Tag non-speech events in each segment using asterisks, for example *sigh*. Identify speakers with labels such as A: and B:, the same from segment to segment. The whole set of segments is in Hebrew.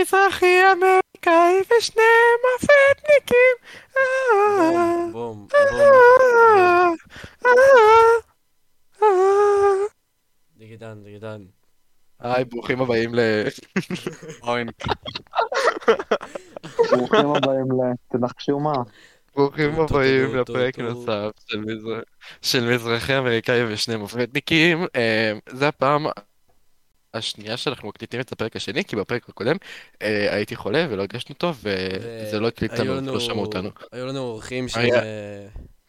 A: אזרחי אמריקאי ושניהם מפתניקים. אה,
B: בום, בום,
A: אה,
B: בום.
A: אה, אה,
B: נגדן, נגדן.
A: אה. היי, ברוכים הבאים ל...
C: אוינק.
D: ברוכים הבאים ל... תנחשו מה.
A: ברוכים
B: טו, טו,
A: הבאים
B: טו, טו,
A: לפרק
B: טו.
A: נוסף של מזר- של מזרחי אמריקאי ושני מופתניקים. אה, זה הפעם השנייה שאנחנו מקליטים את הפרק השני, כי בפרק הקודם אה, הייתי חולה ולא הרגשנו טוב, וזה לא הקליט
B: היו
A: לנו, לא שמעו אותנו.
B: היו לנו אורחים
A: היה-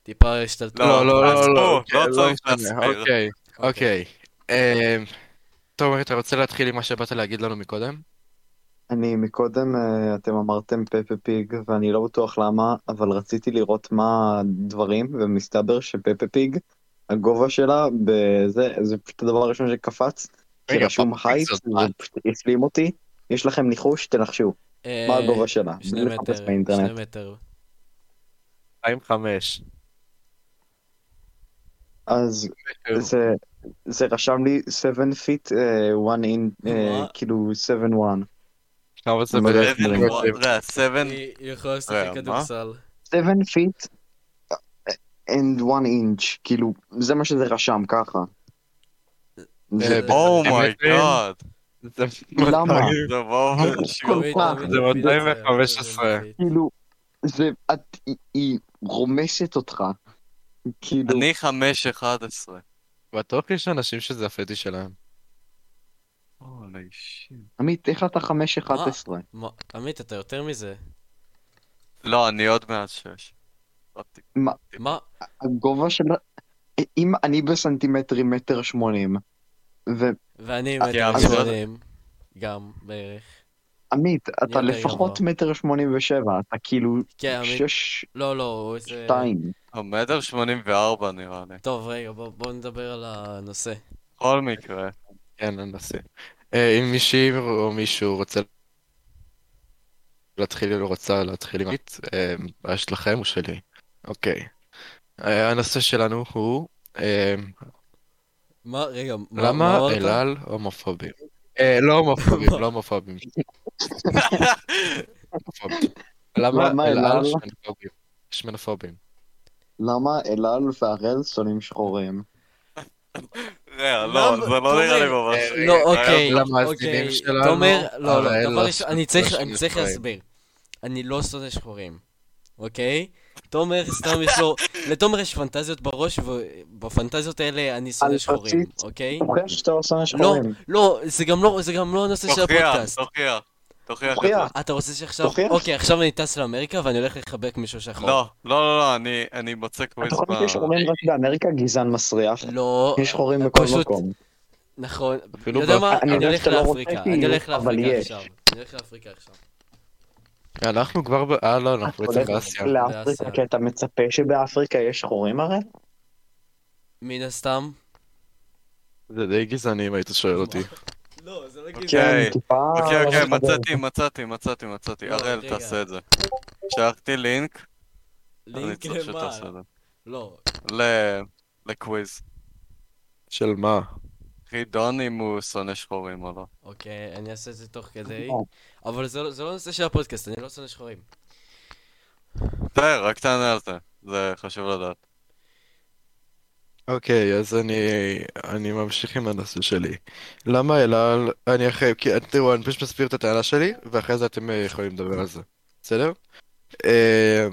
B: שטיפה השתלטו.
C: לא, לא, לא, לא, לא
A: אוקיי,
C: צריך
A: משנה,
C: להסביר.
A: אוקיי, אוקיי. אמ, תומר, אתה רוצה להתחיל עם מה שבאת להגיד לנו מקודם?
D: אני מקודם, אה, אתם אמרתם פפה פיג, ואני לא בטוח למה, אבל רציתי לראות מה הדברים, ומסתבר שפפה פיג, הגובה שלה, בזה, זה פשוט הדבר הראשון שקפץ,
A: רגע,
D: שרשום
A: פפה פיג
D: הייט,
A: זאת
D: זה פשוט הסלים אותי. יש לכם ניחוש, תנחשו,
B: אה,
D: מה הגובה שלה.
B: שני
D: בלי לחפש
B: מטר,
D: באינטרנט.
B: שני מטר.
C: 2.5.
D: אז זה, זה רשם לי 7 feet, 1 in, אה,
B: מה?
D: כאילו 7-1.
A: כמה זה
D: אני לא יודע.
A: בערך?
C: סבן,
B: היא היא יכולה לשחק
C: מה?
B: כדורסל.
D: 7 feet and 1 inch, כאילו, זה מה שזה רשם, ככה. זה-
A: אה,
C: אומייגאד.
A: זה-
D: למה?
C: Oh *laughs* זה ברור. *laughs*
B: תמיד,
D: מה?
B: תמיד
A: זה
B: מפיל את
A: 215.
B: זה
D: כאילו, זה, את, היא- היא רומסת אותך. כאילו,
C: אני 5.11.
A: בטוח יש אנשים שזה הפטיש שלהם.
C: אולי שיט.
D: עמית, איך אתה 5-11?
B: מה- עמית, אתה יותר מזה.
C: לא, אני עוד מעט אוקיי. 6.
B: מה?
D: הגובה של... אם אני בסנטימטרים מטר שמונים, ועמית,
B: ואני
D: אה,
B: מטר
C: אז-
B: שמונים. גם, בערך.
D: אתה
B: יותר
D: לפחות
B: גבוה.
D: מטר שמונים ושבע, אתה כאילו
B: כן, עמית.
D: שש,
B: לא, לא, הוא איזה...
D: שתיים.
C: מטר 84 נראה לי.
B: טוב, רגע, בוא- בוא נדבר על הנושא.
C: בכל מקרה.
A: כן, ננסה. אה, אם מישהי או מישהו רוצה להתחיל או רוצה להתחיל עם אה, המיט, בעיה שלכם או שלי? אוקיי. אה, הנושא שלנו הוא אה,
B: מה, רגע, מה- מה
A: למה
B: אמרת?
A: אל על הומופובים? אה, לא הומופובים, לא הומופובים. הומופובים. למה
D: למה
A: אל
D: אל
A: על
D: על?
A: שמנופובים? שמנופובים.
D: למה אלעל והראל שונאים שחורים?
C: רגע, לא,
B: למה-
C: זה לא נראה לי ממש...
B: לא, אוקיי,
A: למאזינים
B: אוקיי.
A: שלנו,
B: תומר, לא,
A: הראל
B: לא, דבר
A: לא
B: ראשון,
A: שונא
B: אני צריך- אני
A: שחורים.
B: צריך להסביר. אני לא שונא שחורים, אוקיי? תומר, סתם יש לו... לתומר יש פנטזיות בראש, ובפנטזיות האלה אני שונא
D: על
B: שחורים,
D: פרצית.
B: אוקיי?
D: מוכיח שאתה לא שונא שחורים.
B: לא, זה גם לא, זה גם לא הנושא של
C: תוכיח,
B: הפודקאסט.
C: תוכיח. תוכיח את זה.
D: מוכיח.
B: אתה רוצה שעכשיו...
D: תוכיח.
B: אוקיי, עכשיו אני טס לאמריקה ואני הולך לחבק מישהו שחור.
C: לא, לא, לא, לא, אני- אני מוצא קוויז
D: אתה חושב שיש
C: ב...
D: חורים רק באמריקה גזען מסריח?
B: לא,
D: יש חורים בכל
B: פשוט-
D: מקום.
B: נכון. אתה
A: אפילו
B: יודע מה?
D: אני
B: אני
D: יודע
B: הולך
D: שאתה לא רוצה
B: לאפריקה,
D: שיהיו,
B: אני הולך
D: אבל
B: לאפריקה
D: יש.
B: עכשיו. אני הולך לאפריקה עכשיו.
A: אנחנו כבר ב... אה, לא, אנחנו בעצם
D: הולך
A: באסיה.
D: לאפריקה, כי אתה מצפה שבאפריקה יש חורים הרי?
B: מן הסתם.
A: זה די גזעני אם היית שואל אותי.
B: לא, זה לא
C: אוקיי.
B: גזעני.
D: כן, טיפה...
C: אוקיי, אוקיי,
D: לא מתחבר.
C: מצאתי, מצאתי, מצאתי, מצאתי.
B: לא,
C: הראל,
B: רגע.
C: תעשה את זה. שלחתי לינק, אני
B: לינק
C: צריך
B: למה?
C: שתעשה את זה.
B: לא.
C: ל- לקוויז.
A: של מה?
C: חידון אם הוא שונא שחורים או לא.
B: אוקיי, אני אעשה את זה תוך כדי.
D: לא.
B: אבל זה לא- זה לא נושא של הפודקאסט, אני לא שונא
D: *laughs*
B: שחורים.
C: תראה, רק תענה על זה. זה חשוב לדעת.
A: אוקיי, אז אני, אני ממשיך עם הנושא שלי. למה אל על, אני אחרי, כי תראו, אני פשוט מסביר את הטענה שלי, ואחרי זה אתם אה, יכולים לדבר על זה, בסדר? אה,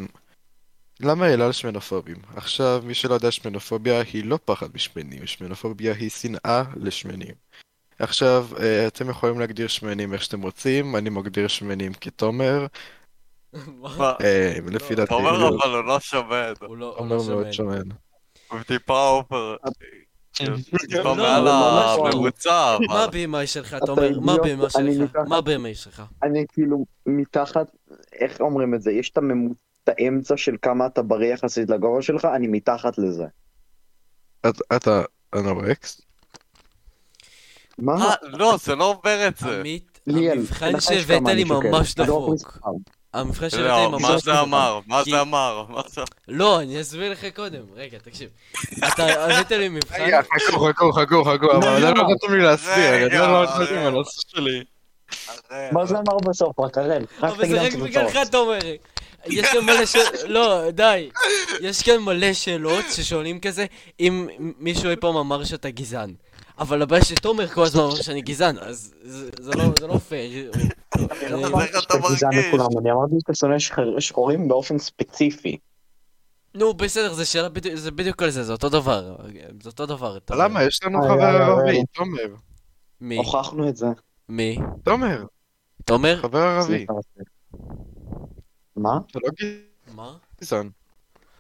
A: למה אל על שמנופובים? עכשיו, מי שלא יודע, שמנופוביה היא לא פחד משמנים, שמנופוביה היא שנאה לשמנים. עכשיו, אה, אתם יכולים להגדיר שמנים איך שאתם רוצים, אני מגדיר שמנים כתומר,
B: מה?
C: מה?
A: אה, לפי
B: לא,
A: דעתי,
C: אתה אומר אבל הוא לא שומע את זה.
B: הוא לא הוא
A: תומר
B: לא
A: מאוד
B: שמן.
A: שמן.
C: הוא טיפה אופר. כאילו,
B: לא,
C: טיפה מעל
B: לא, לא.
C: הממוצע,
B: מה
C: אבל.
B: הבמאי שלך,
D: אתה
B: תומר? מה
D: אידיוט,
B: הבמאי
D: אני
B: שלך?
D: מתחת.
B: מה הבמאי שלך?
D: אני כאילו מתחת, איך אומרים את זה? יש את הממוצע, את האמצע של כמה אתה בריא יחסית לגובה שלך, אני מתחת לזה.
A: את- אתה אנורקס?
D: מה?
C: אה, לא, זה לא עובר את זה.
B: עמית,
D: ליאל,
B: המבחן
D: תנחש כמה
B: שהבאת
D: אני
B: לי
D: שוקל.
B: ממש
D: אתה לא יכול
B: דפוק.
D: לספר.
B: המבחן שהבאת לי
C: לא,
B: ממש
C: מה
B: דפוק.
C: זה אמר? מה
B: כי-
C: זה אמר? מה זה
B: לא, אני אסביר לך קודם. רגע, תקשיב. אתה הבאת לי מבחן...
A: רגע, אה, חכו, חכו, חכו, חכו, אבל
D: לא,
A: אתם לא
D: לא.
A: נתתם לי להסביר,
C: רגע,
A: אתם לא נתתם לי
C: רגע.
A: הנושא שלי.
C: הראל.
D: מה זה אמר בסוף? רק הראל. רק
B: אה, אבל
D: תגיד
B: זה
D: לנו
B: רק בגללך,
D: תוצאות.
B: תומר. יש כאן מלא שאלות, לא, די. יש כאן מלא שאלות ששואלים כזה, אם מישהו אי פעם אמר שאתה גזען. אבל הבעיה שתומר כל הזמן אמר שאני גזען, אז זה זה לא- זה לא פייר.
C: לא
B: אני-
C: אמרתי איך אתה
D: שאתה גזען
C: מרגיש?
D: לכולם, אני אמרתי שאתה שונא שחר- שחורים באופן ספציפי.
B: נו, בסדר, זה שאלה בדיוק, זה בדיוק על זה, זה אותו דבר. זה אותו דבר. אתה אומר.
A: למה? יש לנו
D: אה,
A: חבר
D: אה, אה,
A: ערבי,
D: אה.
A: תומר.
B: מי?
D: הוכחנו את זה.
B: מי?
A: תומר,
B: תומר?
A: חבר ערבי.
D: סליחה. מה?
A: אתה לא
B: מה?
A: גזען.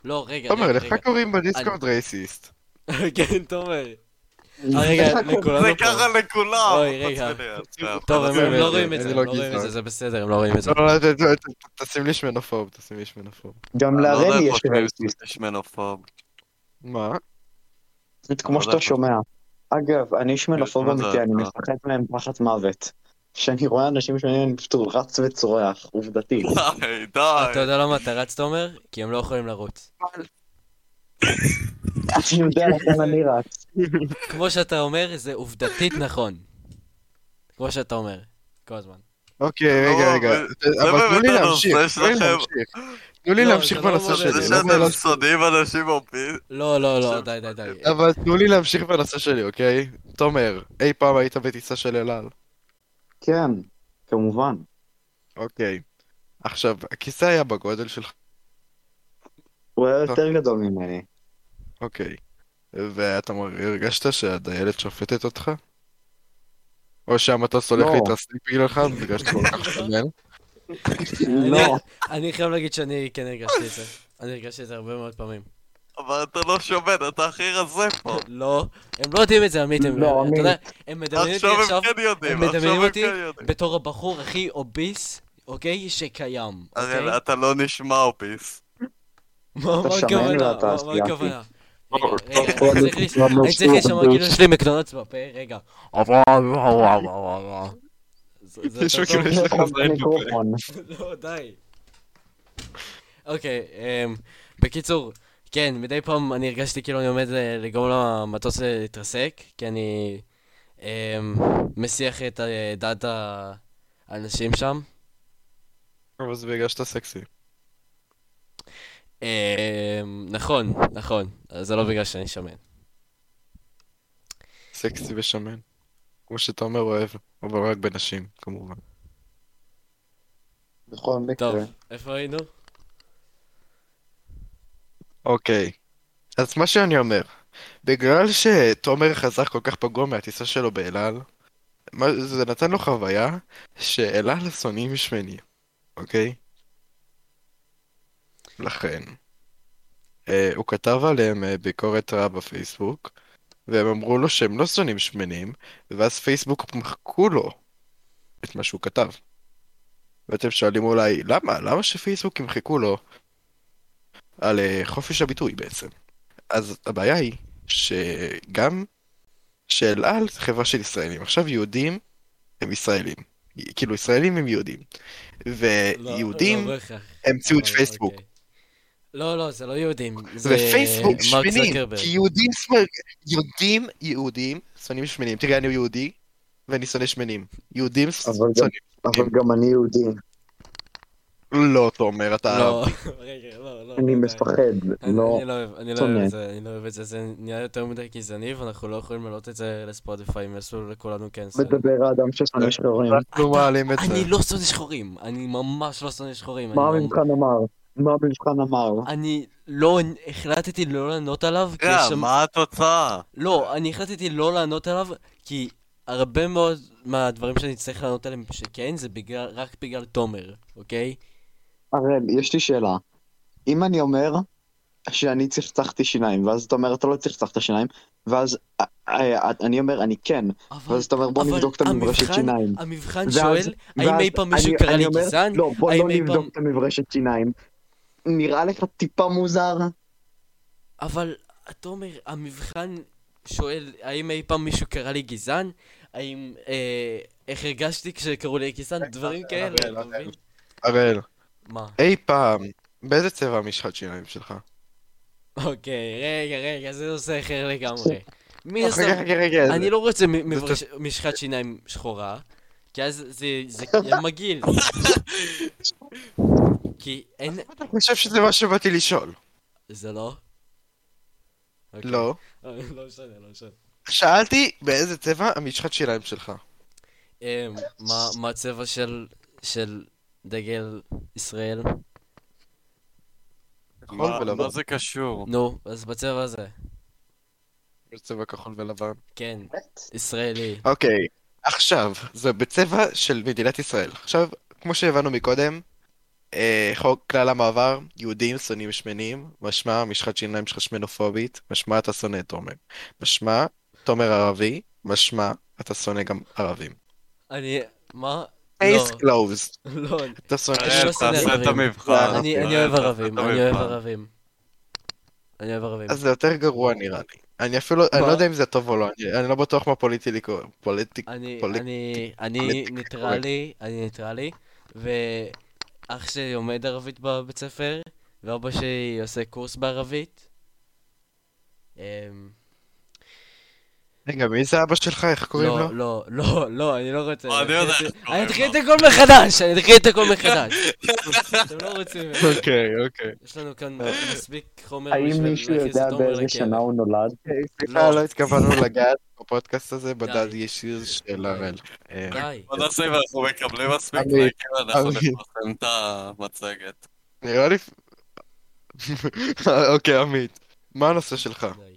B: לא, רגע,
A: תומר,
B: רגע,
A: לך
B: רגע.
A: קוראים בדיסקורד רייסיסט.
B: *laughs* כן,
D: *laughs*
B: תומר. אה, רגע, לכולנו
C: זה
B: פה.
C: ככה לא- לכולם!
B: אוי, רגע.
C: אתה צודק.
B: טוב, הם
A: אני
B: הם לא
A: לא
B: רואים את זה, הם
A: גזען.
B: לא רואים את זה, זה בסדר, הם לא רואים את זה.
A: לא, לא, ת- ת- ת- תשים לי שמנופוב, תשים לי שמנופוב.
D: גם
C: אני לא יודע
D: להראל
C: איך
D: יש
C: חושבים
D: רייסיסט,
C: שיש מנופוב.
A: מה?
B: לא
D: כמו שאתה שומע. אגב, אני שמנופוב
C: יש מזה-
D: אמיתי, אני
C: אה.
D: מפחד מהם פחד מוות. כשאני רואה אנשים שונים, אני פשוט רץ וצורח,
B: *laughs*
D: עובדתי.
C: *laughs* די,
B: אתה
C: די.
B: יודע למה אתה רץ, תומר? כי הם לא יכולים לרוץ.
D: אני יודע לכן אני רץ.
B: כמו שאתה אומר, זה עובדתית נכון. כמו שאתה אומר, כל הזמן.
A: אוקיי, רגע,
C: לא,
A: רגע.
C: אבל-
A: אבל
C: באמת
A: תנו לי
C: הנושא
A: להמשיך, תנו לי
C: שלכם.
A: להמשיך. תנו לי
B: לא,
A: להמשיך
B: זה לא
A: בנושא
B: עובד.
A: שלי.
C: זה
A: לא
C: שאתם
A: בנושא-
C: שונאים אנשים אופי...
B: לא, לא, לא, די, די, די.
C: אוקיי.
A: אבל תנו לי להמשיך בנושא שלי, אוקיי? תומר, אי פעם היית בטיסה של אל על.
D: כן, כמובן.
A: אוקיי. עכשיו, הכיסא היה בגודל שלך,
D: הוא היה יותר גדול ממני.
A: אוקיי. ואתה מר- הרגשת שהדיילת שופטת אותך? או שהמטוס הולך
D: לא.
A: להתרסק בגללך בגלל שאתה כל כך שמן?
D: לא,
B: אני חייב להגיד שאני כן הרגשתי את זה. אני הרגשתי את זה הרבה מאוד פעמים.
C: אבל אתה לא שומד, אתה הכי רזה פה.
B: לא, הם לא יודעים את זה, עמית. הם-
D: לא,
B: אתה
D: עמית.
B: יודע, הם מדמיינים אותי
C: עכשיו
B: עכשיו
C: הם כן יודעים,
B: הם
C: עכשיו
B: מדמיינים
C: הם
B: אותי
C: כן יודעים.
B: בתור הבחור הכי אוביס, אוקיי? שקיים.
C: אריאל,
B: אוקיי?
C: אתה לא נשמע אופיס.
B: מה מה
D: שמן
B: הכוונה?
D: ואתה
B: מה- מה
D: אסיאתי.
B: הכוונה?
C: אה,
B: רגע, רגע, אני צריך לש-
D: לא
B: אני צריך
D: אה,
B: לשמוע כאילו יש לי מקדונלדס בפה, רגע.
D: אה,
B: זה- זה
A: יש
B: יותר
A: לו כאילו
B: טוב?
A: יש לך זין בפה.
D: מיקרופון.
B: *laughs* לא, די. אוקיי, אמ, בקיצור, כן, מדי פעם אני הרגשתי כאילו אני עומד ל- לגרום למטוס להתרסק, כי אני אמ, מסיח את אה, דעת האנשים שם.
A: אבל זה בגלל שאתה סקסי.
B: אמ, נכון, נכון, אז זה לא בגלל שאני שמן.
A: אוקיי. סקסי ושמן. כמו שאתה אומר אוהב, אבל רק בנשים, כמובן.
D: בכל
B: טוב,
D: מקרה.
B: איפה היינו?
A: אוקיי. אז מה שאני אומר, בגלל שתומר חזר כל כך פגוע מהטיסה שלו באל על, מה- זה נתן לו חוויה שאל על שונאים שמני, אוקיי? לכן, אה, הוא כתב עליהם אה, ביקורת רעה בפייסבוק, והם אמרו לו שהם לא שונאים שמנים, ואז פייסבוק מחקו לו את מה שהוא כתב. ואתם שואלים אולי, למה? למה שפייסבוק ימחקו לו? על אה, חופש הביטוי בעצם. אז הבעיה היא שגם שאל על זה חברה של ישראלים. עכשיו יהודים הם ישראלים. כאילו ישראלים הם יהודים. ויהודים
B: לא, לא בהכרח.
A: הם אה, ציוד
B: אבל,
A: פייסבוק.
B: אוקיי. לא, לא, זה לא יהודים. זה
A: ופייסבוק
B: מרק
A: שמנים.
B: צוקרברג.
A: כי יהודים שמאל... יהודים יהודים שונאים שמנים. תראה, אני יהודי ואני שונא שמנים. יהודים
D: אבל גם-
A: שונאים.
D: אבל גם אני יהודי,
B: אוקיי.
A: לא, תומר, אתה...
B: לא, *laughs* רגע, לא, לא.
D: אני
B: די.
D: מפחד.
B: אני
D: לא,
B: אני לא אוהב אני לא
D: שונא.
B: אוהב את זה, אני לא אוהב את זה, זה נהיה יותר מדי גזעני ואנחנו לא יכולים להעלות את זה לספוטיפיי, הם יעשו לכולנו קנסל.
D: מדבר האדם ששונא שחורים.
A: אנחנו
B: אתה-
A: לא מעלים את זה.
B: אני לא שונא שחורים, אני ממש לא שונא שחורים.
D: מה
B: אני ממש-
D: המבחן אמר? מה המבחן אמר?
B: אני לא, החלטתי לא לענות עליו, כי יש
C: רגע,
B: שם...
C: אה, מה התוצאה?
B: לא, אני החלטתי לא לענות עליו, כי הרבה מאוד מהדברים שאני צריך לענות עליהם שכן, זה בגלל, רק בגלל תומר, אוקיי?
D: הראל, יש לי שאלה. אם אני אומר שאני צחצחתי שיניים, ואז אתה אומר אתה לא צחצחת שיניים, ואז אה, אה, אני אומר אני כן,
B: אבל...
D: ואז אתה אומר בוא
B: אבל
D: נבדוק את המברשת
B: המבחן-
D: שיניים.
B: המבחן
D: ואז-
B: שואל, האם
D: ואז
B: אי פעם
D: אני-
B: מישהו קרא
D: אני
B: לי
D: אומר,
B: גזען?
D: לא, בוא
B: האם
D: לא
B: אי
D: נבדוק
B: פעם-
D: את המברשת שיניים. נראה לך טיפה מוזר?
B: אבל תומר, המבחן שואל האם אי פעם מישהו קרא לי גזען? האם... אה, איך הרגשתי כשקראו לי גזען? דברים כאלה,
A: אראל,
B: כן, אתה
A: אראל.
B: מבין?
A: אראל,
B: מה?
A: אי פעם, באיזה צבע המשחת שיניים שלך?
B: אוקיי, רגע, רגע, זה נושא אחר לגמרי. מי
A: רגע,
D: אוקיי,
B: עשה...
A: רגע, רגע.
B: אני לא רוצה מ- מברש- משחת שיניים שחורה, כי אז זה, זה יהיה מגעיל. כי אין...
A: אני חושב שזה מה שבאתי לשאול.
B: זה לא? אוקיי.
A: לא.
B: לא משנה, לא משנה.
A: שאלתי באיזה צבע המשחת שיניים שלך.
B: אה, מה- מה הצבע של... של דגל ישראל?
A: כחול
C: מה-
A: ולבן.
C: מה זה קשור?
B: נו, אז בצבע הזה.
A: יש צבע כחול ולבן.
B: כן, ישראלי.
A: אוקיי, עכשיו, זה בצבע של מדינת ישראל. עכשיו, כמו שהבנו מקודם, אה, חוק כלל המעבר, יהודים שונאים שמנים, משמע משחת שיניים שלך שמנופובית, משמע אתה שונא את תומר. משמע, תומר ערבי, משמע, אתה שונא גם ערבים.
B: אני... מה?
A: פייס
B: לא,
A: קלובס,
B: לא.
A: אתה שונא...
B: אני
C: אראל,
B: לא שונא
C: תעשה את
B: ערבים.
C: המבחן.
B: אני אני
C: אראל,
B: אוהב
C: תעשה
B: ערבים,
C: את
B: אני אוהב
C: המבחן.
B: ערבים. אני אוהב ערבים.
A: אז זה יותר גרוע נראה לי. אני אפילו, אני
B: מה?
A: לא יודע אם זה טוב או לא, אני- אני לא בטוח מה פוליטיקלי קורקט. פוליטיק...
B: אני,
A: פוליט-
B: אני, אני
A: פוליטיקלי
B: ניטרלי, אני ניטרלי, ואח שלי לומד ערבית בבית ספר, ואבא שלי עושה קורס בערבית. אמ,
A: רגע, מי זה אבא שלך? איך קוראים לו?
B: לא, לא, לא, לא, אני לא רוצה.
C: אה, אני יודע
B: אתחיל-
C: איך קוראים
B: אני אתחיל את
C: לו.
B: הכל מחדש, אני אתחיל את הכל מחדש.
C: *laughs*
B: אתם לא רוצים,
A: *laughs* אוקיי, אוקיי.
B: יש לנו כאן מספיק חומר
D: אה, האם
B: בשביל
D: מישהו
B: להכניס
D: יודע
B: את עומר
D: באיזה
B: לכלא.
D: שנה הוא נולד?
A: סליחה, לא התכוונו לגעת בפודקאסט *laughs* הזה
B: די.
A: בדד ישיר של הראל. אה,
B: די.
C: בוא נעשה אם אנחנו מקבלים מספיק
A: אני-
C: לייקים, אנחנו
A: אני-
C: נפרסם את המצגת.
A: נראה לי... לא *laughs* אוקיי, עמית, מה הנושא שלך?
B: די.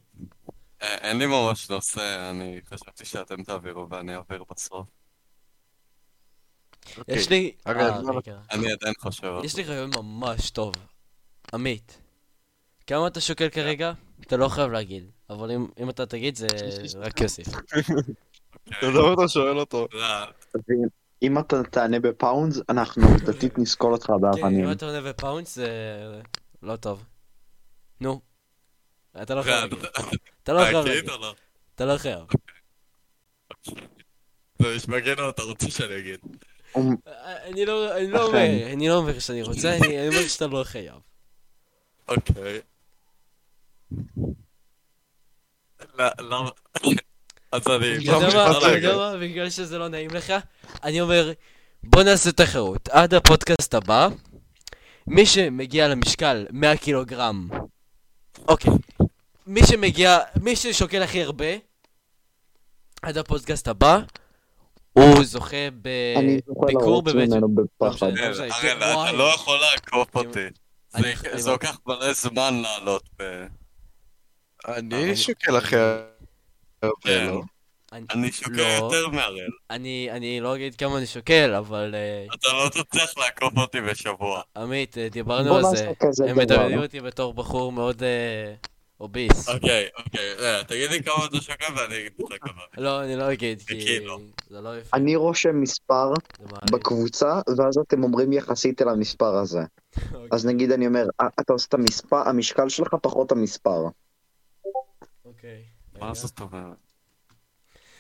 C: אה, אין לי ממש נושא, אני חשבתי שאתם תעבירו ואני אעביר בסוף.
A: אוקיי.
B: יש לי...
A: אגב,
B: אה,
A: לא-
B: רגע.
C: אני עדיין חושב על זה.
B: יש לי רעיון ממש טוב. עמית, כמה אתה שוקל כרגע? אתה לא חייב להגיד, אבל אם, אם אתה תגיד זה רק
D: *laughs*
B: יוסיף.
A: אתה לא אתה שואל אותו.
C: אה,
D: אם אתה תענה בפאונדס, אנחנו עובדתית נסקול אותך
B: כן,
D: באבנים.
B: אם אתה עונה בפאונדס זה לא טוב. נו. אתה לא חייב להגיד. אתה לא
A: אה,
B: חייב
C: להגיד
A: כאילו.
B: להגיד.
C: או לא?
B: אתה לא חייב.
C: זה נשמע גנוע, אתה רוצה שאני אגיד.
B: אני לא אני לא אומר, אני לא אומר שאני רוצה, אני אני אומר שאתה לא חייב.
C: אוקיי. לא- למה? אז אני... לא
B: אתה יודע מה,
A: משפט
B: אתה
A: רגע.
B: יודע מה, בגלל שזה לא נעים לך, אני אומר, בוא נעשה תחרות. עד הפודקאסט הבא, מי שמגיע למשקל 100 קילוגרם, אוקיי, מי שמגיע, מי ששוקל הכי הרבה, עד הפודקאסט הבא, הוא זוכה
D: אני זוכר
B: בביקור
D: לרוץ
B: אה, בבית...
D: ממנו
B: לא
D: בפחד.
B: משנה.
C: כן,
B: זה-
C: אראל,
B: וואי.
C: אתה לא יכול לעקוף אותי.
B: אני-
C: זה-
B: אני- לא-
C: זה לוקח מלא זמן לעלות ב...
A: אני שוקל אחרי...
B: כן.
A: הרבה, לא?
B: אני-
C: אני שוקל
B: לא.
C: יותר מהראל.
B: אני אני לא אגיד כמה אני שוקל, אבל אה,
C: אתה לא תצליח לעקוף אותי בשבוע.
B: עמית, אה, דיברנו
D: בוא
B: על
D: נעשה
B: זה.
D: כזה
B: הם
D: דבר.
B: מדמיינים אותי בתור בחור מאוד אה, אוביס.
C: אוקיי, אוקיי, אה, תגיד לי כמה אתה שוקל ואני אגיד לך כמה.
B: לא, אני לא אגיד, כי
C: כאילו.
B: זה לא יפה.
D: אני רושם מספר
B: זה מעליב.
D: בקבוצה, ואז אתם אומרים יחסית אל המספר הזה.
B: אוקיי,
D: אז נגיד אני אומר, "אה, אתה עושה את המספר, המשקל שלך פחות המספר.
B: אוקיי.
C: מה זאת אומרת?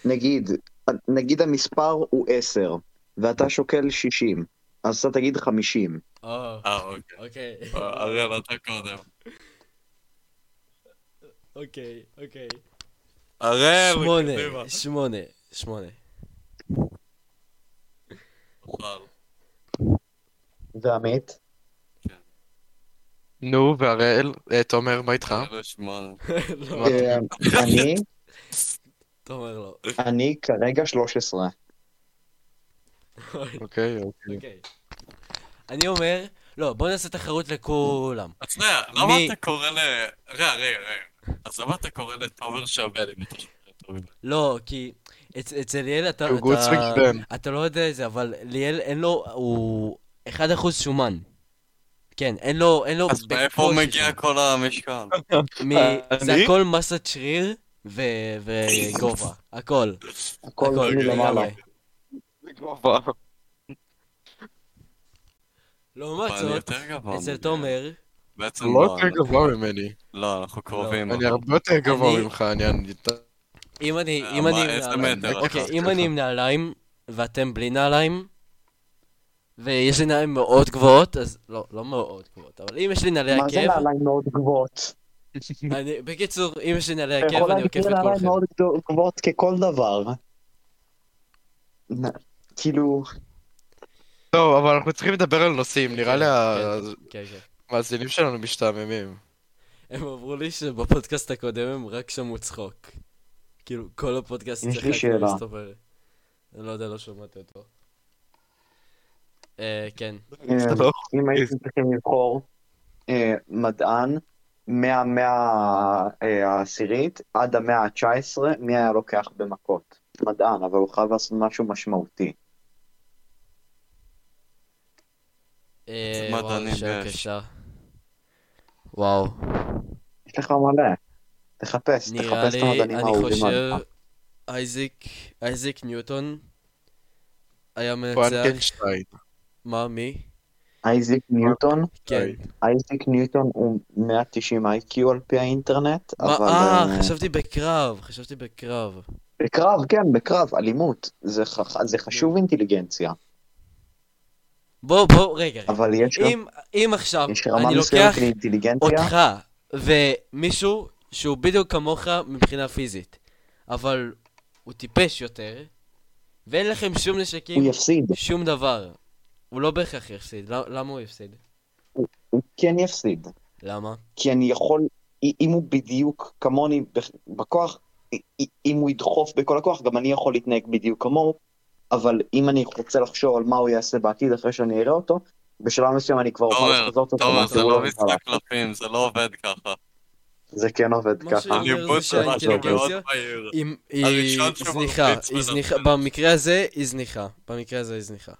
D: נגיד, אה, נגיד המספר הוא 10, ואתה שוקל 60, אז אתה תגיד 50.
B: אה,
C: אה, אוקיי.
B: אוקיי.
C: אה, אראל, אתה קודם.
B: אוקיי, אוקיי.
C: אראל,
B: שמונה,
C: קדימה.
B: שמונה, שמונה. *laughs*
C: אוכל.
D: ועמית?
A: נו, והראל, אה, תומר, מה איתך?
C: אראל, שמונה.
B: לא,
A: אה,
D: אה, אני,
B: אתה אומר לא.
D: אני כרגע 13.
A: אוקיי, אוקיי.
B: אוקיי. אני אומר, לא, בוא נעשה תחרות לכולם.
C: אז רגע, למה
B: מי?
C: אתה קורא ל... רגע, רגע, רגע. אז למה אתה קורא לתומר שבל אם אתה שוקל יותר ממנו?
B: לא, כי אצ- אצל ליאל אתה...
A: הוא good
B: אתה-
A: swing then.
B: אתה לא יודע את זה, אבל ליאל אין לו, הוא 1% שומן. כן, אין לו, אין לו...
C: אז מאיפה
B: בקושי לא,
C: מגיע
B: שומן.
C: כל המשקל? אה,
B: מ- זה
A: אני?
B: הכל מסת שריר ו- וגובה, הכל.
D: הכל כאילו
B: הכל,
D: מלמעלה.
B: לגמרי. לעומת
C: אבל אני
B: זאת,
C: יותר גבוה.
B: לא- אצל
C: מגיע.
B: תומר,
C: בעצם
A: לא
C: לא.
A: יותר גבוה ממני.
C: לא, אנחנו קרובים.
A: אני הרבה יותר גבוה
B: נכון. אני-
A: ממך, אני... אני-
B: אם אני
C: אה,
B: אם
C: מה,
B: אני עם
C: איזה
B: נעליים,
C: מטר? אה,
B: אוקיי,
A: אוקיי,
B: אם
A: סליחה.
B: אני עם נעליים ואתם בלי נעליים, ויש לי נעליים מאוד גבוהות, אז לא, לא מאוד גבוהות, אבל אם יש לי נעלי
D: מה זה
B: עקב,
D: נעליים מאוד גבוהות?
B: אני- בקיצור, אם יש לי נעלי
D: אתה
B: עקב,
D: יכול
B: אני עוקף
D: להגדיר
B: את
D: נעליים
B: כולכם.
D: מאוד גדו- גבוהות ככל דבר. נ- כאילו,
A: טוב, אבל אנחנו צריכים לדבר על נושאים, נראה לי
B: כן, כן.
A: המאזינים שלנו משתעממים.
B: הם אמרו לי שבפודקאסט הקודם הם רק שמעו צחוק. כאילו, כל הפודקאסט
D: יש
B: צחק
D: לי שאלה.
B: מסתובב. אני לא יודע, לא שמעתי אותו. אה, כן.
A: *laughs*
D: אה,
A: לא.
D: אם הייתם צריכים לבחור אה, מדען מהמאה אה, העשירית עד המאה ה-19, מי היה לוקח במכות? מדען, אבל הוא חייב לעשות משהו משמעותי.
B: אה,
C: זה
B: וואו,
C: מדענים
B: שאלה
C: באש.
B: קשה. וואו.
D: יש לך מלא. תחפש,
B: נראה
D: תחפש
B: לי,
D: את המדענים
B: אני
D: האהובים
B: חושב,
D: עליך.
B: אייזיק, אייזיק ניוטון היה מנצח,
A: פרנקנשטיין.
B: מה, מי?
D: אייזיק ניוטון,
B: כן.
D: אייזיק ניוטון הוא 190 איי-קיו על פי האינטרנט,
B: מה,
D: אבל...
B: אה,
D: אה,
B: חשבתי בקרב, חשבתי בקרב.
D: בקרב, כן, בקרב, אלימות. זה ח- זה חשוב
C: כן.
D: אינטליגנציה,
B: בוא, בוא, רגע, רגע.
C: כן.
D: אבל יש גם-
B: אם, אם עכשיו
D: יש רמה
B: אני
D: מסוימת
B: לוקח
D: של אינטליגנציה.
B: אותך ומישהו שהוא בדיוק כמוך מבחינה פיזית, אבל הוא טיפש יותר, ואין לכם שום נשקים,
D: הוא יפסיד,
B: שום דבר. הוא לא בהכרח יפסיד, למ- למה הוא יפסיד?
D: הוא כן יפסיד.
B: למה?
D: כי אני יכול, אם הוא בדיוק כמוני בכ- בכוח, אם הוא ידחוף בכל הכוח, גם אני יכול להתנהג בדיוק כמוהו, אבל אם אני רוצה לחשוב על מה הוא יעשה בעתיד אחרי שאני אראה אותו, בשלב מסוים אני כבר אוכל
C: תומר,
D: לחזות אותו.
C: תומר, זה
D: מהסיבוב
C: לא
D: הראשון.
C: משחק קלפים, זה לא עובד ככה.
D: זה כן עובד
B: מה
D: ככה.
B: שאני אומר לא זה
C: הניבוט זה משהו מאוד
B: שהאינטליגנציה-
C: מהיר.
B: אם היא
C: הראשון
B: היא
C: שמרביץ
B: זניחה, היא
C: בנפש.
B: זניחה, במקרה הזה היא זניחה, במקרה הזה היא זניחה.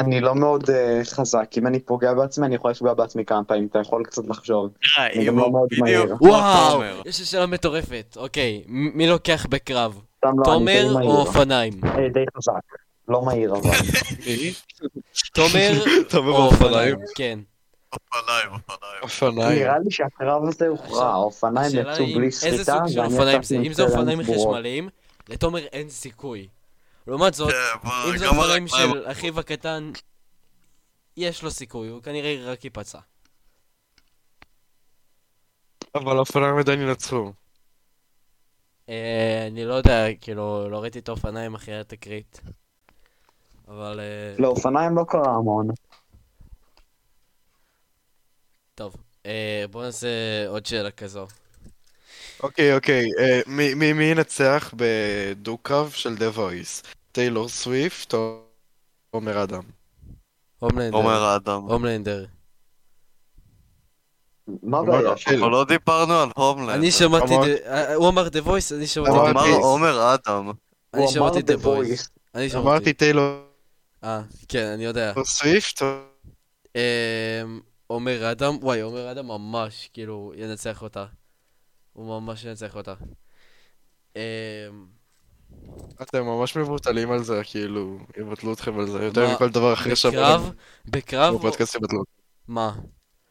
D: אני לא מאוד אה, חזק, אם אני פוגע בעצמי, אני יכול לפגוע בעצמי כמה פעמים, אתה יכול קצת לחשוב.
C: אה,
D: זה
C: אם
D: מאוד
C: הוא
D: מאוד
C: בדיוק
D: מהיר.
C: כמו
B: וואו,
C: תומר.
B: יש לי שאלה מטורפת, אוקיי, מ- מי לוקח בקרב?
D: סתם לא, אני די
B: תומר
D: מהיר.
B: או
D: *laughs*
B: אופניים?
D: אה, די חזק. לא מהיר
A: *laughs*
D: אבל.
B: תומר
A: תומר
B: או אופניים,
A: אופניים.
B: כן.
C: אופניים, אופניים.
A: אופניים.
D: נראה לי שהקרב הזה
B: עכשיו,
D: הוכרע, האופניים
B: השאלה
D: יצאו
B: היא,
D: בלי
B: איזה
D: סריטה,
B: סוג של
D: ואני
B: אופניים זה?
D: יצאתי
B: אם זה
D: עם
B: אופניים
D: שתי ידיים שבורות.
B: חשמליים, לתומר אין סיכוי. לעומת זאת,
C: כן, בוא,
B: אם זה
C: גם
B: אופניים
C: הרגליים-
B: של אחיו הקטן, יש לו סיכוי, הוא כנראה רק ייפצע.
A: אבל אופניים עדיין ינצחו.
B: אה, אני לא יודע, כאילו, לא ראיתי את האופניים אחרי התקרית. אבל... אה,
D: לאופניים לא קרה המון.
B: טוב, אה, בוא נעשה עוד שאלה כזו.
A: אוקיי, אוקיי. אה, מי- מי מי ינצח בדו-קרב של דה וויס? טיילור סוויפט או עומר אדם?
D: אה,
B: הומלנדר.
C: עומר אדם.
B: הומלנדר.
D: מה
A: לא,
D: הבעיה?
A: לא,
D: שלו?
C: אבל לא דיברנו על הומלנד.
B: אני שמעתי...
A: אמר-
B: דה- אה, הוא אמר דה וויס, אני שמעתי...
A: אמר-
B: דה-
C: אמר
A: אמרתי-
C: עומר אדם.
B: אני
D: הוא אמר
B: שמעתי דה
D: The
B: וויס.
D: Voice.
B: אני שמעתי.
A: אמרתי טיילור
B: אה, כן, אני יודע.
A: סוויפט או
B: אמ, עומר אדם, וואי, עומר אדם ממש, כאילו, ינצח אותה. הוא ממש ינצח אותה. אמ,
A: אתם ממש מבוטלים על זה, כאילו, יבטלו אתכם על זה יותר
B: מה,
A: מכל דבר אחר
B: בקרב, בקרב,
A: בפודקאסט יבטלו.
B: מה?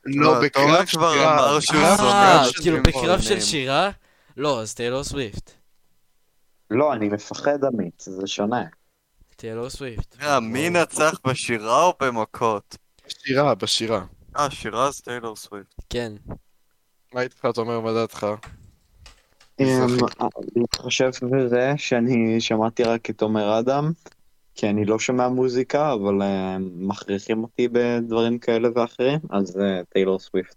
A: לא,
C: לא,
A: בקרב
C: תומר כבר
A: שגרה.
C: אמר שהוא
A: אה,
B: אה,
C: שונא
B: כאילו,
C: אנשים
B: בקרב של
C: מורדים.
B: שירה? לא, אז טיילור סוויפט.
D: לא, אני מפחד עמית, זה שונה.
B: טיילור סוויפט.
C: רגע, מי נצח בשירה או במכות?
A: בשירה, בשירה.
C: אה, שירה זה טיילור סוויפט.
B: כן.
A: מה איתך, תומר, מה דעתך?
D: אמ, להתחשב בזה שאני שמעתי רק את עומר אדם, כי אני לא שומע מוזיקה, אבל אה, מכריחים אותי בדברים כאלה ואחרים, אז אה, טיילור סוויפט.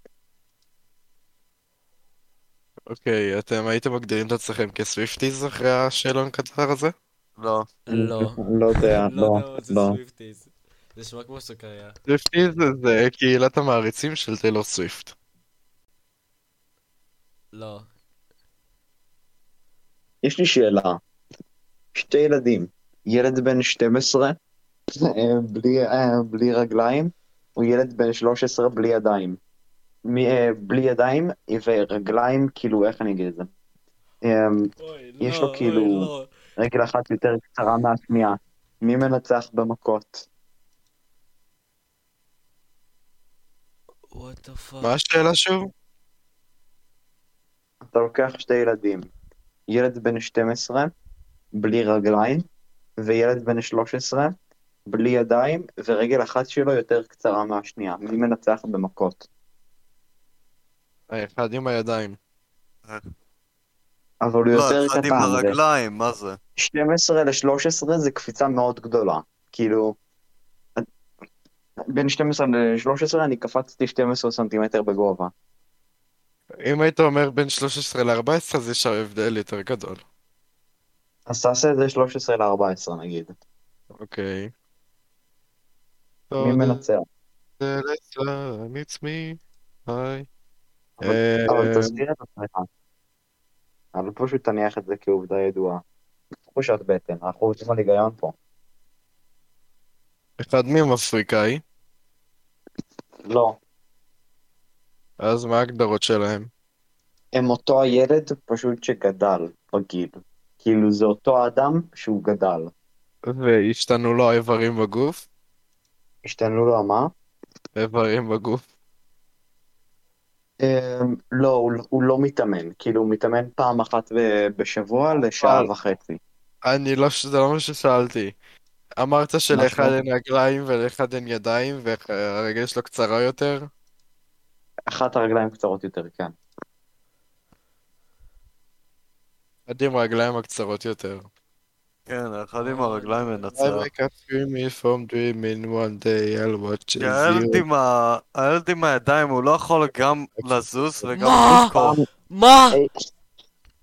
A: אוקיי, אתם הייתם מגדירים את עצמכם כסוויפטיז אחרי השאלון קצר הזה?
C: לא.
B: לא.
D: לא יודע,
B: לא
D: לא,
B: יודע מה זה
D: לא.
B: סוויפטיז. זה נשמע כמו סוכריה.
A: סוויפטיז זה קהילת המעריצים של טיילור סוויפט.
B: לא.
D: יש לי שאלה. שתי ילדים, ילד בן 12 אה, בלי, אה, בלי רגליים, הוא ילד בן 13 בלי ידיים. מ, אה, בלי ידיים ורגליים, כאילו, איך אני אגיד את זה? אה,
B: אוי, לא.
D: יש לו כאילו- רגל אחת יותר קצרה מהשנייה. מי מנצח במכות?
B: וואט דה פאק.
A: מה השאלה שוב?
D: אתה לוקח שתי ילדים, ילד בן 12 בלי רגליים, וילד בן 13 בלי ידיים, ורגל אחת שלו יותר קצרה מהשנייה. מי מנצח במכות?
A: אה, האחד עם הידיים.
D: אבל הוא יותר
C: לא, אחד עם
D: קטן. זה-
C: הרגליים, מה זה?
D: 12 ל-13 זה קפיצה מאוד גדולה. כאילו, בין 12 ל-13 אני קפצתי 12 סנטימטר בגובה.
A: אם היית אומר בין 13 ל-14 אז יש הבדל יותר גדול.
D: אז תעשה את זה 13 ל-14 נגיד.
A: אוקיי.
D: מי מנצח?
A: אה, It's me. היי. אה,
D: אבל- אבל תסביר את עצמך. אבל פשוט תניח את זה כעובדה ידועה. תחושת בטן, אנחנו עובדים על היגיון פה.
A: אחד מהם אפריקאי,
D: לא.
A: אז מה ההגדרות שלהם?
D: הם אותו הילד פשוט שגדל רגיל. כאילו זה אותו האדם שהוא גדל.
A: והשתנו לו האיברים בגוף?
D: השתנו לו מה?
A: איברים בגוף.
D: אמ, לא, הוא, הוא לא מתאמן, כאילו הוא מתאמן פעם אחת ב- בשבוע לשעה
A: אבל-
D: וחצי.
A: אני לא, זה לא מה ששאלתי. אמרת שלאחד
D: נכון.
A: אין רגליים ולאחד אין ידיים והרגל שלו קצרה יותר?
D: אחת הרגליים קצרות יותר, כן.
A: אחד עם הרגליים הקצרות יותר.
C: כן, האחד עם הרגליים מנצח.
A: I wake up dreaming from dreaming one day I'll watch
C: כי
A: you.
C: הילד עם ה- הילד עם הידיים, הוא לא יכול גם לזוז וגם
B: מה?
C: לבכור.
B: מה?
D: אי-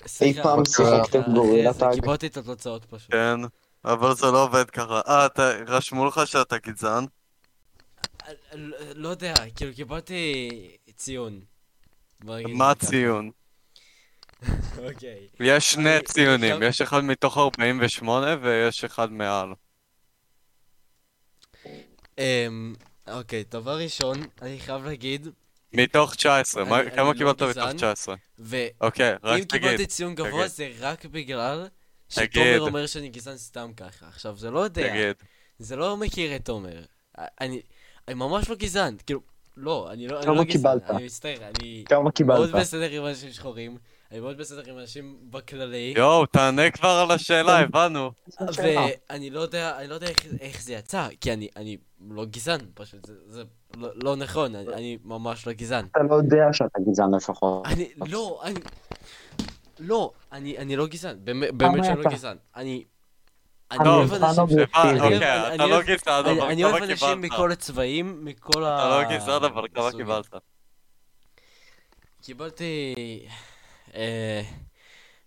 B: סליחה,
D: פעם
B: סליחה,
D: שיחקתם
B: אחי,
D: גורילה
B: זה
D: טאג?
B: קיבלתי את התוצאות פשוט.
C: כן, אבל זה לא עובד ככה. אה, אתה- רשמו לך שאתה גזען?
B: לא- לא יודע, כאילו קיבלתי ציון. בוא נגיד
C: מה
B: ככה.
C: הציון?
B: אוקיי.
C: יש שני
B: אני-
C: ציונים,
B: עכשיו-
C: יש אחד מתוך 48 ויש אחד מעל.
B: אמ, אוקיי, דבר ראשון, אני חייב להגיד,
C: מתוך 19, מה-
B: אני-
C: כמה
B: אני לא
C: קיבלת
B: גזען.
C: מתוך 19?
B: ואם
C: אוקיי, רק תגיד.
B: קיבלתי ציון גבוה
C: תגיד.
B: זה רק בגלל
C: תגיד.
B: שתומר אומר שאני גזען סתם ככה. עכשיו, זה לא יודע.
C: תגיד.
B: זה לא מכיר את תומר. אה, אני אני ממש לא גזען. כאילו, לא, אני לא אני
D: כמה
B: לא גזען.
D: קיבלת?
B: אני מצטער, אני
D: כמה
B: מאוד
D: קיבלת?
B: בסדר עם אנשים שחורים. אני מאוד בסדר עם אנשים בכללי.
C: יואו, תענה כבר על
B: *laughs*
C: השאלה, הבנו.
B: ואני לא יודע, אני לא יודע איך, איך זה יצא, כי אני, אני לא גזען, פשוט, זה, זה לא, לא נכון, אני, אני ממש לא גזען.
D: אתה לא יודע שאתה גזען לפחות.
B: אני, לא, אני, לא, אני, אני לא גזען, באמת, באמת שאני לא
D: אתה?
B: גזען. אני, אני
D: אני
B: אוהב
D: מבחן
B: אנשים,
D: אובייקטיבי.
C: הבנו,
B: אני- אני-
C: אוקיי, אתה
B: אני
C: לא
B: אוהב-
C: גזען,
B: אני,
C: אבל
B: אני אוהב
C: כמה
B: אנשים
C: קיבלת?
B: מכל אה, הצבעים, מכל ה...
C: אתה לא גזען, אבל כמה
B: סוגים.
C: קיבלת?
B: קיבלתי, אה,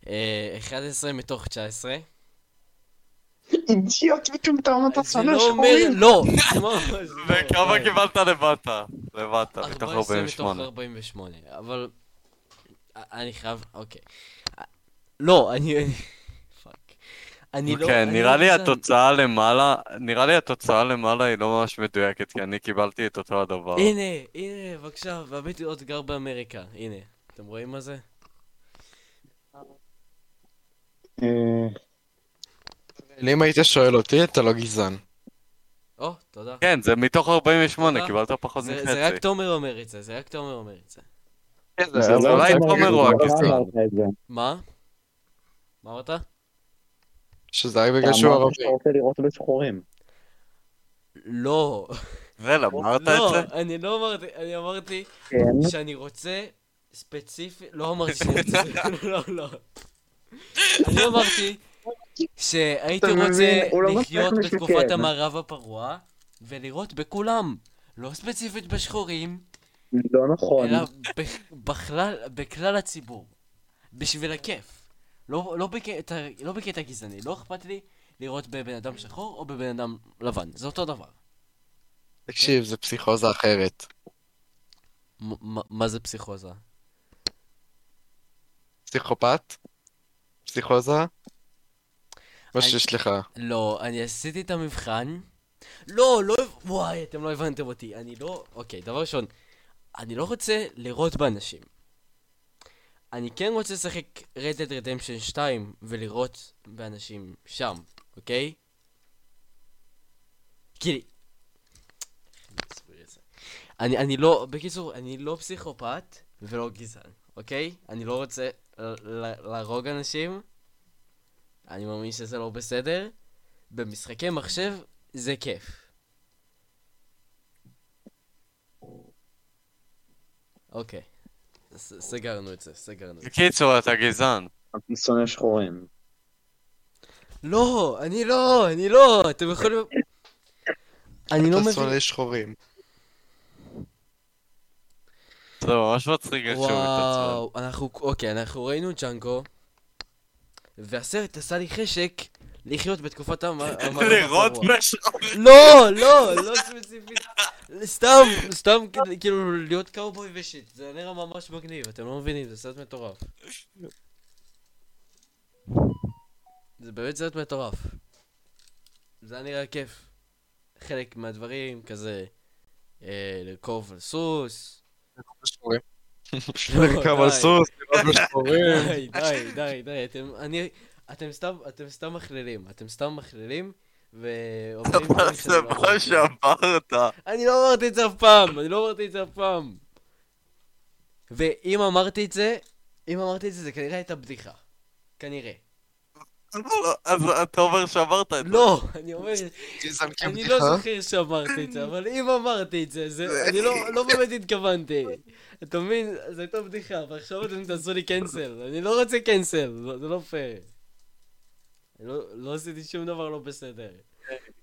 B: אה, 11 מתוך 19.
D: אידיוט מטומטם אתה
B: זה
D: שונא
B: לא אומר,
D: שחורים.
B: לא, זה ממש לא.
C: וכמה
B: כן.
C: קיבלת לבטה? לבטה, מתוך
B: 14 מתוך
C: 48.
B: 48, אבל... אני חייב... אוקיי. לא, אני... פאק. אני לא...
C: כן,
B: אני
C: נראה
B: לא
C: לי
B: גזען.
C: התוצאה למעלה, נראה לי התוצאה למעלה היא לא ממש מדויקת, כי אני קיבלתי את אותו הדבר.
B: הנה, הנה, בבקשה, ועמית עוד גר באמריקה, הנה. אתם רואים מה זה?
D: אה,
A: אם היית שואל אותי, אתה לא גזען.
B: או, תודה.
C: כן, זה מתוך 48,
B: תודה.
C: קיבלת פחות
B: אה, זה זה רק
C: מחצי.
B: תומר אומר את זה, זה רק תומר אומר את זה.
D: זה לא
C: אולי
D: אומר-
C: תומר הוא
D: לא
C: הגזען.
D: אמרת את זה.
B: מה? מה אמרת?
A: שזה רק בגלל שהוא
D: אמרת
A: ערבי.
D: שאתה רוצה לראות בשחורים.
B: לא.
C: רל, אמרת את
B: לא,
C: זה?
B: אני לא אמרתי, אני אמרתי
D: כן.
B: שאני רוצה ספציפי, לא אמרתי שאני רוצה, לא, לא. אני אמרתי שהייתי
D: אתה מבין?
B: רוצה
D: הוא לא
B: לחיות
D: מצליח
B: בתקופת
D: לשקר.
B: המערב הפרוע ולראות בכולם, לא ספציפית בשחורים,
D: לא נכון.
B: אלא בכ- בכלל- בכלל הציבור, בשביל הכיף. לא לא בקטע לא בקטע גזעני, לא אכפת לי לראות בבן אדם שחור או בבן אדם לבן, זה אותו דבר.
A: תקשיב, זה פסיכוזה אחרת.
B: מ- מ- מה זה פסיכוזה?
A: פסיכופת? פסיכוזה? מה
B: אני-
A: שיש לך.
B: לא, אני עשיתי את המבחן. לא, לא... הב- וואי, אתם לא הבנתם אותי. אני לא... אוקיי, דבר ראשון, אני לא רוצה לירות באנשים. אני כן רוצה לשחק Red Dead Redemption 2 ולירות באנשים שם, אוקיי? כאילו... אני, אני לא... בקיצור, אני לא פסיכופת ולא גזען, אוקיי? אני לא רוצה ל- ל- להרוג אנשים. אני מאמין שזה לא בסדר. במשחקי מחשב זה כיף. אוקיי. ס- סגרנו את זה, סגרנו את זה.
C: בקיצור, אתה גזען.
D: אני שונא שחורים.
B: לא, אני לא, אני לא, אתם יכולים... אני לא
A: אתה
B: מבין...
A: שונא שחורים.
C: זה ממש מצחיק איך שהוא מתעצבן.
B: וואו, אנחנו, אוקיי, אנחנו ראינו ג'אנגו, והסרט עשה לי חשק לחיות בתקופת המ... המערב
C: *laughs* לראות
B: הפרוע.
C: משהו.
B: לא, לא, לא ספציפית. סתם, סתם כדי- כאילו להיות קאובוי ושיט. זה נראה ממש מגניב, אתם לא מבינים, זה סרט מטורף. זה באמת סרט מטורף. זה היה נראה כיף. חלק מהדברים, כזה, אה, לרכוב על סוס. *laughs*
A: לרכב על
B: לא, די.
A: סוס, לא לראות בשחורים.
B: *laughs* די, די, די, די, אתם, אני, אתם סתם, אתם סתם מכלילים, אתם סתם מכלילים, ואומרים
C: מה
B: דברים
C: זה
B: שאני לא
C: מה
B: אמרתי.
C: שאמרת?
B: אני לא אמרתי את זה אף פעם, אני לא אמרתי את זה אף פעם. ואם אמרתי את זה, אם אמרתי את זה, זה כנראה הייתה בדיחה. כנראה.
C: אז אתה אומר שאמרת את זה.
B: לא, אני אומר,
A: גזען
B: אני לא
A: כבדיחה.
B: זוכר שאמרתי את זה, אבל אם אמרתי את זה, זה- אני לא- לא באמת התכוונתי. אתה מבין? זו הייתה בדיחה, ועכשיו אתם תעשו לי קנסל. אני לא רוצה קנסל, לא- זה לא פייר. אני לא- לא עשיתי שום דבר לא בסדר.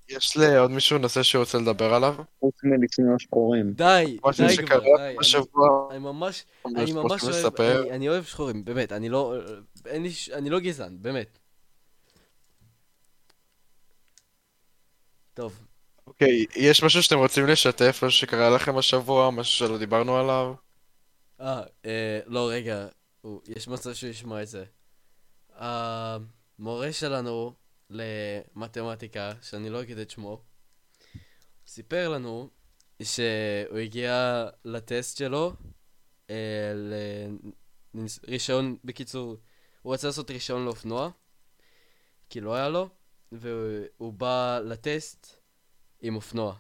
A: יש לעוד מישהו נושא שהוא רוצה לדבר עליו?
D: חוץ מלשנוא שחורים.
B: די,
A: משהו
B: די
A: שקרה
B: כבר, די. אני-
A: בשבוע.
B: אני ממש אני
A: יש פה
B: ממש אוהב,
A: לספר.
B: אני, אני אוהב שחורים, באמת, אני לא, אין לי, ש- אני לא גזען, באמת. טוב,
A: אוקיי, יש משהו שאתם רוצים לשתף, משהו שקרה לכם השבוע, משהו שלא דיברנו עליו?
B: אה, אה, לא, רגע, הוא, יש מצב שהוא ישמע את זה. המורה שלנו למתמטיקה, שאני לא אגיד את שמו, סיפר לנו שהוא הגיע לטסט שלו, אה, לרישיון, בקיצור, הוא רצה לעשות רישיון לאופנוע, כי לא היה לו, והוא הוא בא לטסט עם אופנוע.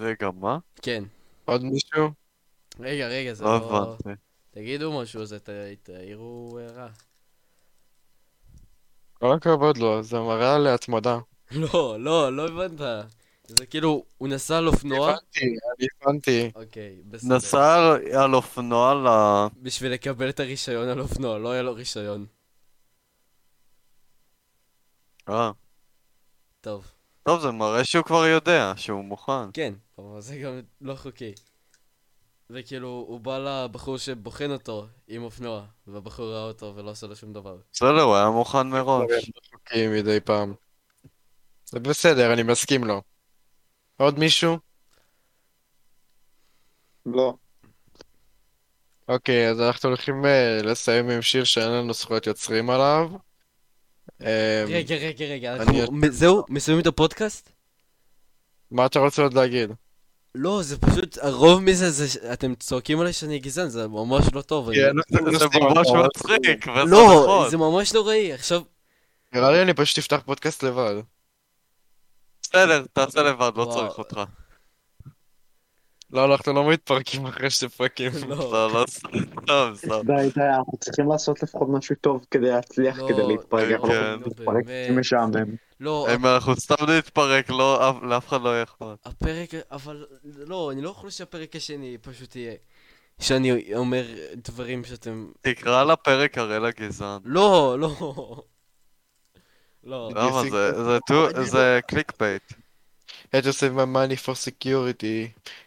C: זה גם מה?
B: כן.
A: עוד מישהו?
B: רגע, רגע, זה
C: לא
B: לא...
C: הבנתי.
B: תגידו משהו, זה ת- תעירו הערה.
A: כל הכבוד לו, זה מראה להתמדה.
B: לא, לא, לא הבנת. זה כאילו, הוא נסע על אופנוע.
A: הבנתי, אני הבנתי.
B: אוקיי, בסדר.
C: נסע על- על אופנוע ל...
B: בשביל לקבל את הרישיון על אופנוע, לא היה לו רישיון.
C: אה.
B: טוב.
C: טוב, זה מראה שהוא כבר יודע, שהוא מוכן.
B: כן, אבל זה גם לא חוקי. וכאילו, הוא בא לבחור שבוחן אותו עם אופנוע, והבחור ראה אותו ולא עשה לו שום דבר.
C: בסדר, הוא היה מוכן מראש.
A: חוקים מדי פעם. זה בסדר, אני מסכים לו. עוד מישהו?
D: לא.
A: אוקיי, אז אנחנו הולכים אה, לסיים עם שיר שאין לנו זכויות יוצרים עליו. אה,
B: רגע, רגע, רגע,
A: אני-
B: אנחנו- מ- זהו? מסיימים את הפודקאסט?
A: מה אתה רוצה עוד להגיד?
B: לא, זה פשוט, הרוב מזה זה, ש- אתם צועקים עליי שאני גזען, זה ממש לא טוב.
A: כן,
B: אני-
C: זה ממש מצחיק, וזה
B: לא,
C: נכון.
B: זה ממש נוראי, עכשיו...
A: נראה לי אני פשוט אפתח פודקאסט לבד.
C: בסדר, תעשה לבד, לא
B: וואו.
C: צריך אותך.
A: לא, לא, אנחנו לא מתפרקים אחרי שתי פרקים.
B: לא.
C: לא, לא, סתם, סתם.
D: די, די, אנחנו צריכים לעשות לפחות משהו טוב כדי להצליח,
B: לא,
D: כדי להתפרק.
C: כן,
D: אנחנו לא יכולים
C: נו,
D: להתפרק,
B: באמת.
D: זה משעמם.
B: לא,
C: אם אנחנו סתם נתפרק, לא, אף- לאף אחד לא יהיה אכפת.
B: הפרק, אבל לא, אני לא יכול שהפרק השני פשוט יהיה שאני אומר דברים שאתם...
C: תקרא לפרק הראל הגזען.
B: לא, לא. לא.
C: למה זה? זה טו- זה קליק בייט.
A: had to save my money for security.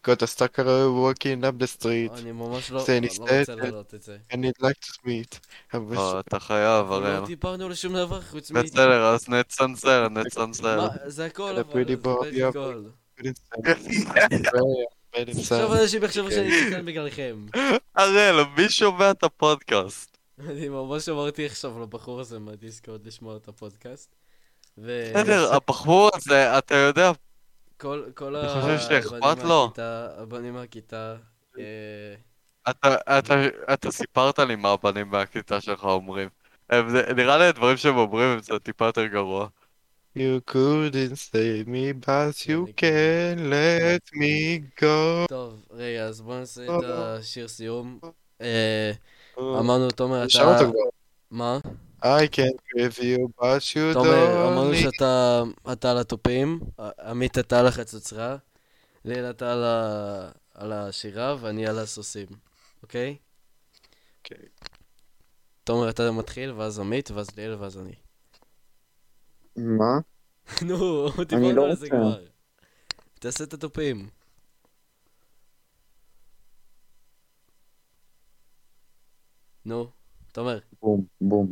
A: Got a stalker walking up the street.
B: אני ממש לא
A: זה
B: לא
A: נסתרת.
B: רוצה להעלות את זה.
A: And he'd like to meet. I wish-
C: לא, אתה חייב, הראל.
B: לא דיברנו על שום דבר חוץ מ...
C: בסדר, אז נצנזר, נצנזר.
B: מה, זה הכל,
A: The
B: אבל
A: pretty
B: זה
A: boy,
B: באמת
A: yeah.
B: הכל.
A: couldn't stand it.
B: עכשיו אנשים יחשבו שאני
C: אוקיי.
B: כאן בגללכם. *laughs*
C: הראל, מי שומע את הפודקאסט?
B: אני ממש אמרתי עכשיו לבחור הזה מהדיסקורד לשמוע את הפודקאסט. ו...
C: בסדר, הבחור הזה, אתה יודע,
B: כל, כל
C: אני
B: ה-
C: חושב שאכפת
B: הבנים
C: לו.
B: מהכיתה, הבנים מהכיתה, אה,
C: אתה- אתה- אתה סיפרת לי מה הבנים מהכיתה שלך אומרים. הם- זה- נראה לי הדברים שהם אומרים הם קצת טיפה יותר גרוע.
A: You couldn't save me, but you
B: אני
A: can let me go.
B: טוב, רגע, אז בוא נעשה את השיר סיום. אה,
A: אמרנו,
B: אמרנו, תומר,
A: אתה...
B: אתה... מה?
A: I can't give you, but you
B: תומר,
A: don't
B: אמרנו
A: need.
B: שאתה אתה על התופים, ע- עמית אתה על החצוצרה, ליל אתה על ה- על השירה ואני על הסוסים. אוקיי?
A: אוקיי.
B: תומר, אתה מתחיל, ואז עמית, ואז ליאל, ואז אני.
D: מה?
B: *laughs* נו,
D: לא
B: דיברנו על זה
D: רוצה.
B: כבר. תעשה את התופים. נו, תומר.
D: בום, בום,